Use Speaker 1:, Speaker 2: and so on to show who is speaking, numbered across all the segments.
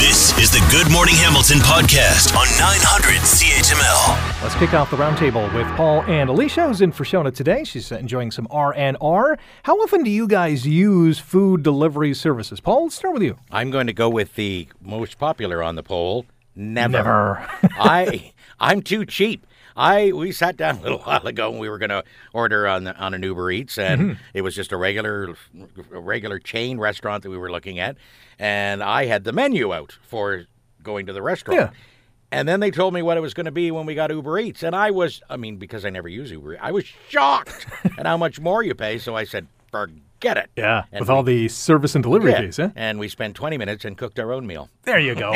Speaker 1: This is the Good Morning Hamilton podcast on 900 CHML.
Speaker 2: Let's kick off the roundtable with Paul and Alicia, who's in for Shona today. She's enjoying some R and R. How often do you guys use food delivery services? Paul, let's start with you.
Speaker 3: I'm going to go with the most popular on the poll. Never.
Speaker 2: Never.
Speaker 3: I I'm too cheap. I we sat down a little while ago and we were going to order on the, on an Uber Eats and
Speaker 2: Mm-hmm.
Speaker 3: it was just a regular a regular chain restaurant that we were looking at and I had the menu out for going to the restaurant.
Speaker 2: Yeah.
Speaker 3: And then they told me what it was going to be when we got Uber Eats and I was I mean because I never use Uber I was shocked at how much more you pay so I said forget it.
Speaker 2: Yeah,
Speaker 3: And
Speaker 2: with
Speaker 3: we-
Speaker 2: all the service and delivery
Speaker 3: yeah.
Speaker 2: fees. Huh?
Speaker 3: And we spent 20 minutes and cooked our own meal.
Speaker 2: There you go.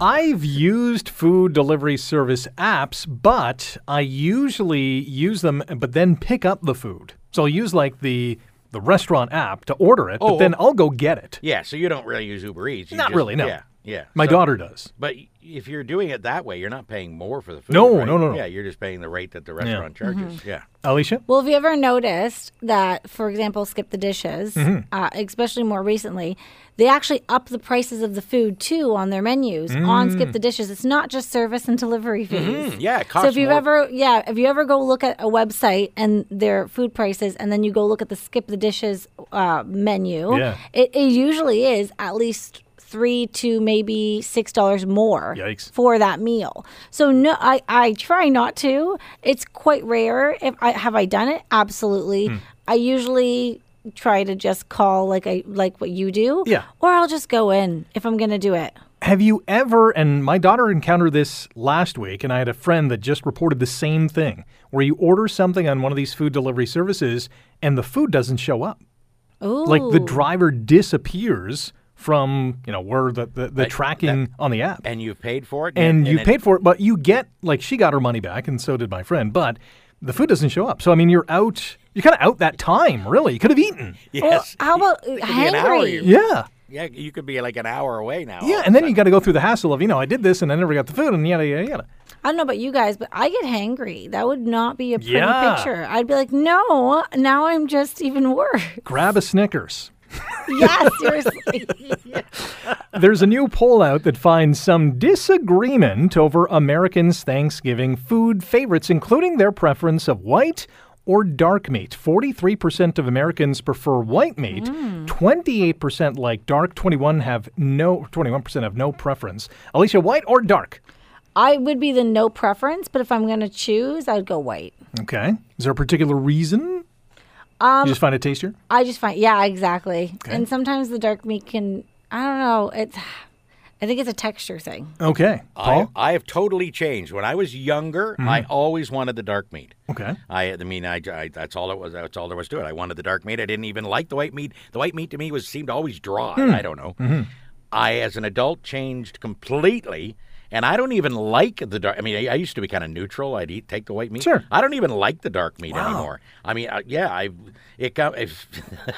Speaker 2: I've used food delivery service apps, but I usually use them, but then pick up the food. So I'll use like the the restaurant app to order it, but
Speaker 3: Oh,
Speaker 2: then I'll go get it.
Speaker 3: Yeah, so you don't really use Uber Eats. you
Speaker 2: Not
Speaker 3: just-
Speaker 2: really, no.
Speaker 3: Yeah, yeah.
Speaker 2: My
Speaker 3: So-
Speaker 2: daughter does.
Speaker 3: But y- if you're doing it that way, you're not paying more for the food.
Speaker 2: No,
Speaker 3: right?
Speaker 2: no, no, no.
Speaker 3: Yeah, you're just paying the rate that the restaurant
Speaker 4: Mm-hmm.
Speaker 3: charges. Yeah.
Speaker 2: Alicia?
Speaker 4: Well, have you ever noticed that, for example, Skip the Dishes, uh, especially more recently, they actually up the prices of the food too on their menus on Skip the Dishes. It's not just service and delivery fees.
Speaker 3: Yeah, it costs
Speaker 4: Mm-hmm. So if you've
Speaker 3: more.
Speaker 4: ever, yeah, if you ever go look at a website and their food prices, and then you go look at the Skip the Dishes uh, menu,
Speaker 2: Yeah.
Speaker 4: it, it usually is at least three to maybe six dollars more
Speaker 2: Yikes.
Speaker 4: for that meal. So no, I, I try not to. It's quite rare. If I have I done it, absolutely.
Speaker 3: Hmm.
Speaker 4: I usually try to just call like I like what you do.
Speaker 2: Yeah.
Speaker 4: Or I'll just go in if I'm gonna do it.
Speaker 2: Have you ever, and my daughter encountered this last week, and I had a friend that just reported the same thing, where you order something on one of these food delivery services and the food doesn't show up.
Speaker 4: Ooh.
Speaker 2: Like the driver disappears from, you know, where the, the, the tracking on the app.
Speaker 3: And you paid for it.
Speaker 2: And you
Speaker 3: it-
Speaker 2: paid for it, but you get, like, she got her money back, and so did my friend, but the food doesn't show up. So, I mean, you're out, you're kind of out that time, really. You could have eaten.
Speaker 3: Yes.
Speaker 4: How about
Speaker 3: be an hour
Speaker 4: hangry?
Speaker 3: you-
Speaker 2: Yeah.
Speaker 3: yeah, you could be like an hour away now.
Speaker 2: Yeah. And then you got to go through the hassle of, you know, I did this and I never got the food, and yada, yada, yada.
Speaker 4: I don't know about you guys, but I get hangry. That would not be a pretty
Speaker 2: Yeah.
Speaker 4: picture. I'd be like, no, now I'm just even worse.
Speaker 2: Grab a Snickers.
Speaker 4: yeah, seriously.
Speaker 2: There's a new poll out that finds some disagreement over Americans' Thanksgiving food favorites, including their preference of white or dark meat. 43% of Americans prefer white meat, 28% like dark, 21 have no 21% have no preference. Alicia, white or dark?
Speaker 4: I would be the no preference, but if I'm going to choose, I'd go white.
Speaker 2: Okay. Is there a particular reason? Um, you just find it tastier?
Speaker 4: I just find, yeah, exactly. And sometimes the dark meat can, I don't know, it's, I think it's a texture thing.
Speaker 2: Okay.
Speaker 3: I,
Speaker 2: Paul? Mm-hmm.
Speaker 3: I have totally changed. When I was younger, I always wanted the dark meat.
Speaker 2: okay.
Speaker 3: I, I mean, I, I that's all it was. That's all there was to it. I wanted the dark meat. I didn't even like the white meat. The white meat to me was seemed always dry. I don't know. I, as an adult, changed completely, and I don't even like the dark. I mean, I, I used to be kind of neutral. I'd eat take the white meat.
Speaker 2: Sure.
Speaker 3: I don't even like the dark meat anymore. I mean, uh, yeah, I it got. If,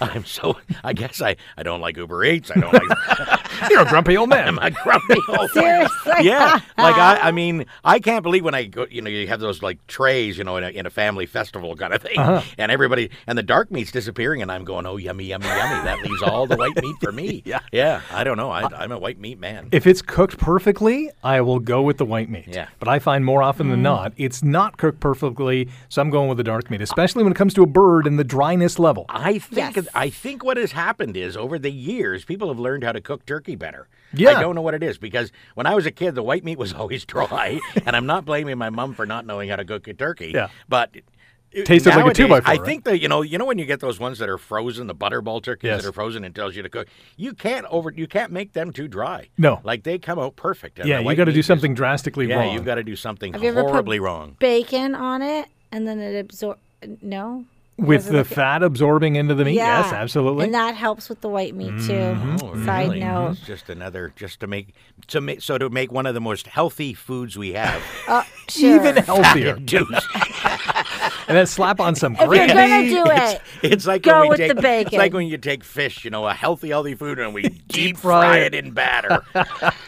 Speaker 3: I'm so. I guess I I don't like Uber Eats. I don't like.
Speaker 2: You're a grumpy old man.
Speaker 3: I'm a grumpy old man.
Speaker 4: Seriously?
Speaker 3: Yeah, like I, I mean, I can't believe when I go, you know, you have those like trays, you know, in a, in a family festival kind of thing, and everybody, and the dark meat's disappearing, and I'm going, oh, yummy, yummy, yummy. That leaves all the white meat for me. yeah, yeah. I don't know. I, I'm a white meat man.
Speaker 2: If it's cooked perfectly, I will go with the white meat.
Speaker 3: Yeah.
Speaker 2: But I find more often
Speaker 4: Mm.
Speaker 2: than not, it's not cooked perfectly, so I'm going with the dark meat, especially when it comes to a bird and the dryness level.
Speaker 3: I think
Speaker 4: Yes.
Speaker 3: I think what has happened is over the years people have learned how to cook turkey better.
Speaker 2: Yeah.
Speaker 3: I don't know what it is because when I was a kid the white meat was always dry and I'm not blaming my mom for not knowing how to cook a turkey.
Speaker 2: Yeah.
Speaker 3: But it-
Speaker 2: Tasted like a
Speaker 3: nowadays,
Speaker 2: two-by-four,
Speaker 3: I
Speaker 2: right?
Speaker 3: think that you know you know when you get those ones that are frozen the butterball turkeys
Speaker 2: Yes.
Speaker 3: that are frozen and tells you to cook you can't over you can't make them too dry.
Speaker 2: No.
Speaker 3: Like they come out perfect. and
Speaker 2: yeah,
Speaker 3: the
Speaker 2: you
Speaker 3: white
Speaker 2: got to
Speaker 3: meat
Speaker 2: do
Speaker 3: is-
Speaker 2: something drastically
Speaker 3: yeah,
Speaker 2: wrong.
Speaker 3: you've got to do something
Speaker 4: you ever put-
Speaker 3: horribly wrong.
Speaker 4: Bacon on it, and then it absorb. no?
Speaker 2: with the fat absorbing into the meat.
Speaker 4: Yeah.
Speaker 2: Yes, absolutely. Mm-hmm.
Speaker 4: And that helps with the white meat too.
Speaker 3: Oh,
Speaker 4: Side
Speaker 3: really?
Speaker 4: note.
Speaker 3: It's just another, just to make, to make, so to make
Speaker 2: Mm-hmm.
Speaker 4: Oh.
Speaker 3: one of the most healthy foods we have.
Speaker 4: Sure.
Speaker 2: Even healthier.
Speaker 3: Induced.
Speaker 2: and then slap on some
Speaker 4: If you're
Speaker 2: gravy.
Speaker 4: gonna do it,
Speaker 3: It's, it's like
Speaker 4: go
Speaker 3: when we
Speaker 4: with
Speaker 3: take,
Speaker 4: the bacon.
Speaker 3: It's like when you take fish, you know, a healthy, healthy food, and we deep
Speaker 2: fry
Speaker 3: fry
Speaker 2: it.
Speaker 3: it in batter.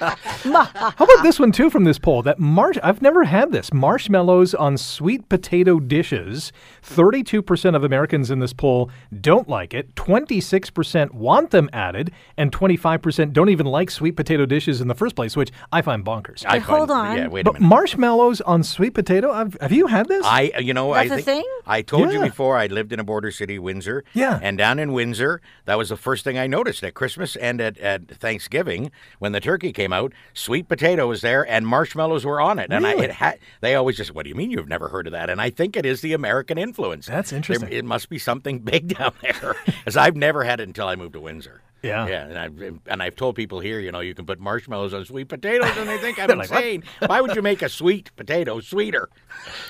Speaker 2: How about this one too from this poll? That marsh I've never had this. Marshmallows on sweet potato dishes. 32% of Americans in this poll don't like it. 26% want them added and 25% don't even like sweet potato dishes in the first place, which I find bonkers.
Speaker 3: I
Speaker 4: hold
Speaker 3: find-
Speaker 4: on.
Speaker 3: Yeah, wait a
Speaker 2: but
Speaker 3: minute.
Speaker 2: marshmallows on sweet potato? I've, have you had this?
Speaker 3: I, you know, I
Speaker 4: That's a
Speaker 3: think
Speaker 4: thing?
Speaker 3: I told you
Speaker 2: Yeah.
Speaker 3: before I lived in a border city, Windsor.
Speaker 2: Yeah.
Speaker 3: And down in Windsor, that was the first thing I noticed at Christmas and at, at Thanksgiving when the turkey came out. Sweet potato was there, and marshmallows were on it. And I, it ha- they always just, what do you mean you've never heard of that? And I think it is the American influence.
Speaker 2: That's
Speaker 3: There-
Speaker 2: interesting.
Speaker 3: it must be something big down there, as I've never had it until I moved to Windsor.
Speaker 2: Yeah.
Speaker 3: yeah, and I've and I've told people here, you know, you can put marshmallows on sweet potatoes, and they think I'm
Speaker 2: like, "What?"
Speaker 3: insane. Why would you make a sweet potato sweeter?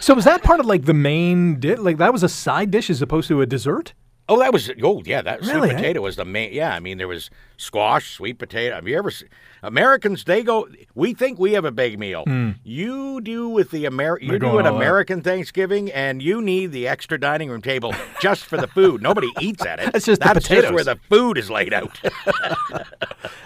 Speaker 2: so was that part of like the main di- like that was a side dish as opposed to a dessert?
Speaker 3: Oh, that was oh yeah, that
Speaker 2: Really, eh?
Speaker 3: sweet potato was the main. Yeah, I mean there was squash, sweet potato. Have you ever se- Americans? They go. We think we have a big meal.
Speaker 4: Hmm.
Speaker 3: You do with the Ameri- You do
Speaker 2: going
Speaker 3: an
Speaker 2: all out.
Speaker 3: American Thanksgiving, and you need the extra dining room table just for the food. Nobody eats at it.
Speaker 2: That's just the potatoes.
Speaker 3: where the food is laid out.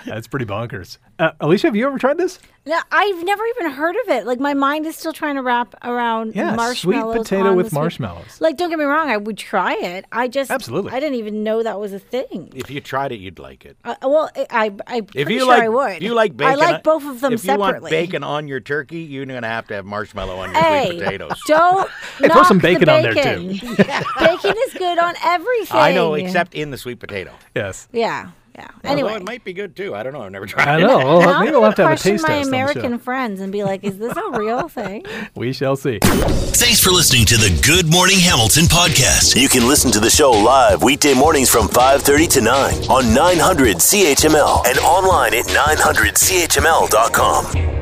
Speaker 2: That's pretty bonkers. Uh, Alicia, have you ever tried this?
Speaker 4: No, I've never even heard of it. Like my mind is still trying to wrap around
Speaker 2: Yeah, sweet
Speaker 4: marshmallows.
Speaker 2: potato
Speaker 4: on
Speaker 2: with
Speaker 4: the sweet-
Speaker 2: marshmallows.
Speaker 4: Like, don't get me wrong, I would try it. I just
Speaker 2: Absolutely.
Speaker 4: I didn't even know that was a thing.
Speaker 3: if you tried it, you'd like it.
Speaker 4: Uh, well, I, I I'm
Speaker 3: If
Speaker 4: pretty
Speaker 3: you
Speaker 4: sure
Speaker 3: like,
Speaker 4: I would.
Speaker 3: if you like bacon. uh,
Speaker 4: I like both of them
Speaker 3: if
Speaker 4: separately.
Speaker 3: you want bacon on your turkey, you're gonna have to have marshmallow on your
Speaker 4: Hey,
Speaker 3: sweet potatoes.
Speaker 4: don't
Speaker 2: Hey, throw
Speaker 4: knock
Speaker 2: some
Speaker 4: the
Speaker 2: bacon on there,
Speaker 4: bacon. bacon is good on everything.
Speaker 3: I know, except in the sweet potato.
Speaker 2: Yes.
Speaker 4: yeah, yeah.
Speaker 3: Although
Speaker 4: Anyway,
Speaker 3: it might be good too. I don't know. I've never tried.
Speaker 2: I
Speaker 3: it.
Speaker 2: know. Well,
Speaker 4: Now I'm
Speaker 2: maybe we'll have to have a
Speaker 4: question
Speaker 2: taste
Speaker 4: my
Speaker 2: test on
Speaker 4: American
Speaker 2: the
Speaker 4: friends and be like, "Is this a real thing?"
Speaker 2: show. We shall see.
Speaker 1: Thanks for listening to the Good Morning Hamilton podcast. You can listen to the show live weekday mornings from 5:30 to 9 on 900 CHML and online at 900chml.com.